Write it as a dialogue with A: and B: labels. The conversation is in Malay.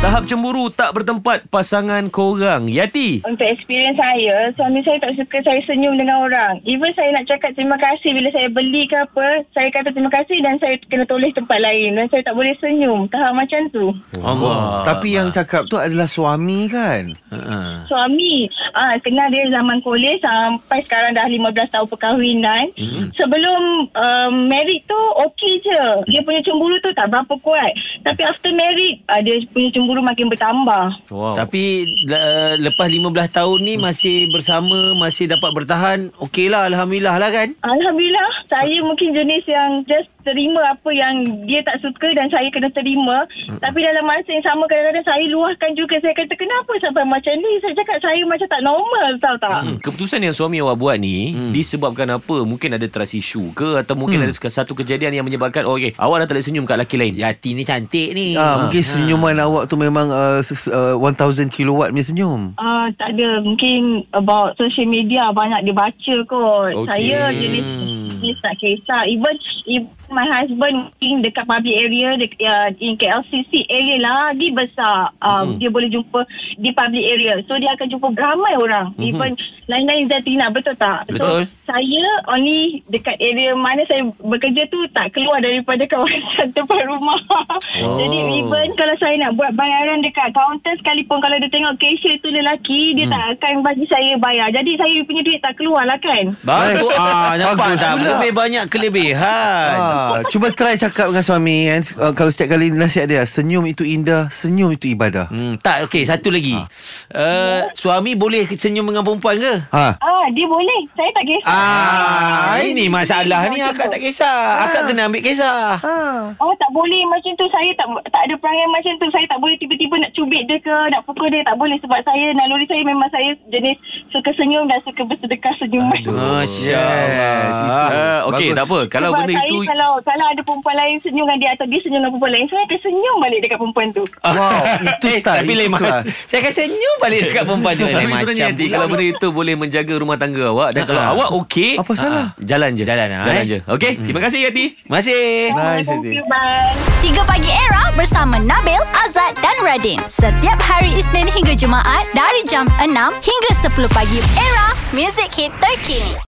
A: Tahap cemburu tak bertempat pasangan korang. Yati.
B: Untuk experience saya, suami saya tak suka saya senyum dengan orang. Even saya nak cakap terima kasih bila saya beli ke apa, saya kata terima kasih dan saya kena tulis tempat lain. Dan saya tak boleh senyum. Tahap macam tu.
A: Allah.
C: Tapi yang cakap tu adalah suami kan?
B: Suami, ah kenal dia zaman kolej sampai sekarang dah 15 tahun perkahwinan. Mm-hmm. Sebelum um, married tu okey je. Dia punya cemburu tu tak berapa kuat. Tapi after married, ah, dia punya cemburu makin bertambah.
A: Wow. Tapi
D: Tapi uh, lepas 15 tahun ni
C: Hmm.
D: masih bersama, masih dapat bertahan, okeylah alhamdulillah lah kan.
B: Alhamdulillah saya mungkin jenis yang just terima apa yang dia tak suka dan saya kena terima tapi dalam masa yang sama kadang-kadang saya luahkan juga saya kata kenapa sampai macam ni saya cakap saya macam tak normal tahu tak
A: hmm, keputusan yang suami awak buat ni hmm. disebabkan apa? Mungkin ada trust issue ke atau mungkin hmm. ada satu kejadian yang menyebabkan oh, okey, awak dah tak boleh senyum kat lelaki lain.
D: Yati Ya, ni cantik ni.
C: Ah, mungkin senyuman awak tu memang uh, ses- uh, 1000 kilowatt punya senyum.
B: Ah, tak ada mungkin about social media banyak dia baca
A: Okey.
B: kot okay. saya jenis jenis tak kisah even, even my husband in dekat public area dekat, uh, in KLCC area lagi besar
A: Hmm.
B: um, dia boleh jumpa di public area so dia akan jumpa ramai orang even lain-lain Zatina betul tak
A: Hmm. Betul.
B: so saya only dekat area mana saya bekerja tu tak keluar daripada kawasan tempat rumah
A: Oh.
B: jadi even kalau saya nak buat bayaran dekat kaunter sekalipun kalau dia tengok cashier tu lelaki
A: Hmm.
B: dia tak akan bagi saya bayar jadi saya punya duit tak keluar lah kan
D: Bagus. Ah, nampak
C: Eh, Bagus
D: tak?
C: pula.
D: Lebih banyak kelebihan.
C: Ah, cuba try cakap dengan suami kan. Uh, kalau setiap kali nasihat dia, senyum itu indah, senyum itu ibadah.
D: Hmm, tak, okey. Satu lagi. Uh,
C: Ah.
D: suami boleh senyum dengan perempuan ke?
C: Ha.
B: ah dia boleh saya tak kisah
D: Ah, ini masalah ni akak tak kisah.
C: Ah.
D: Akak kena ambil kisah.
B: Oh tak boleh macam tu Saya tak tak ada perangai macam tu Saya tak boleh tiba-tiba nak cubit dia ke Nak pukul dia Tak boleh sebab saya Naluri saya memang saya jenis Suka senyum dan suka bersedekah senyuman
D: Masya Allah.
A: Uh, okey,
C: Bagus.
A: tak apa. Kalau
B: Sebab
A: benda
B: saya
A: itu
B: kalau kalau ada perempuan lain senyum dengan dia atau dia senyum dengan perempuan lain, saya akan senyum balik dekat perempuan tu.
A: Ah,
C: Wow, itu
D: Eh,
C: tak.
D: tapi
C: itu
D: lain
C: kelas.
D: macam. Saya akan senyum balik dekat perempuan tu.
A: tapi
D: Lain
A: sebenarnya
D: macam
A: nanti
D: pula.
A: kalau benda itu boleh menjaga rumah tangga awak dan kalau
D: Ha.
A: awak okey,
C: Apa
A: ha,
C: salah?
A: Jalan je.
D: Jalan, ah,
A: Jalan
D: eh?
A: je. Okey, terima kasih Yati.
D: Masih.
C: Nice,
B: Thank
C: Siti.
B: you, bye.
E: 3 Pagi Era bersama Nabil, Azad dan Radin. Setiap hari Isnin hingga Jumaat dari jam 6 hingga 10 pagi. Era, music hit terkini.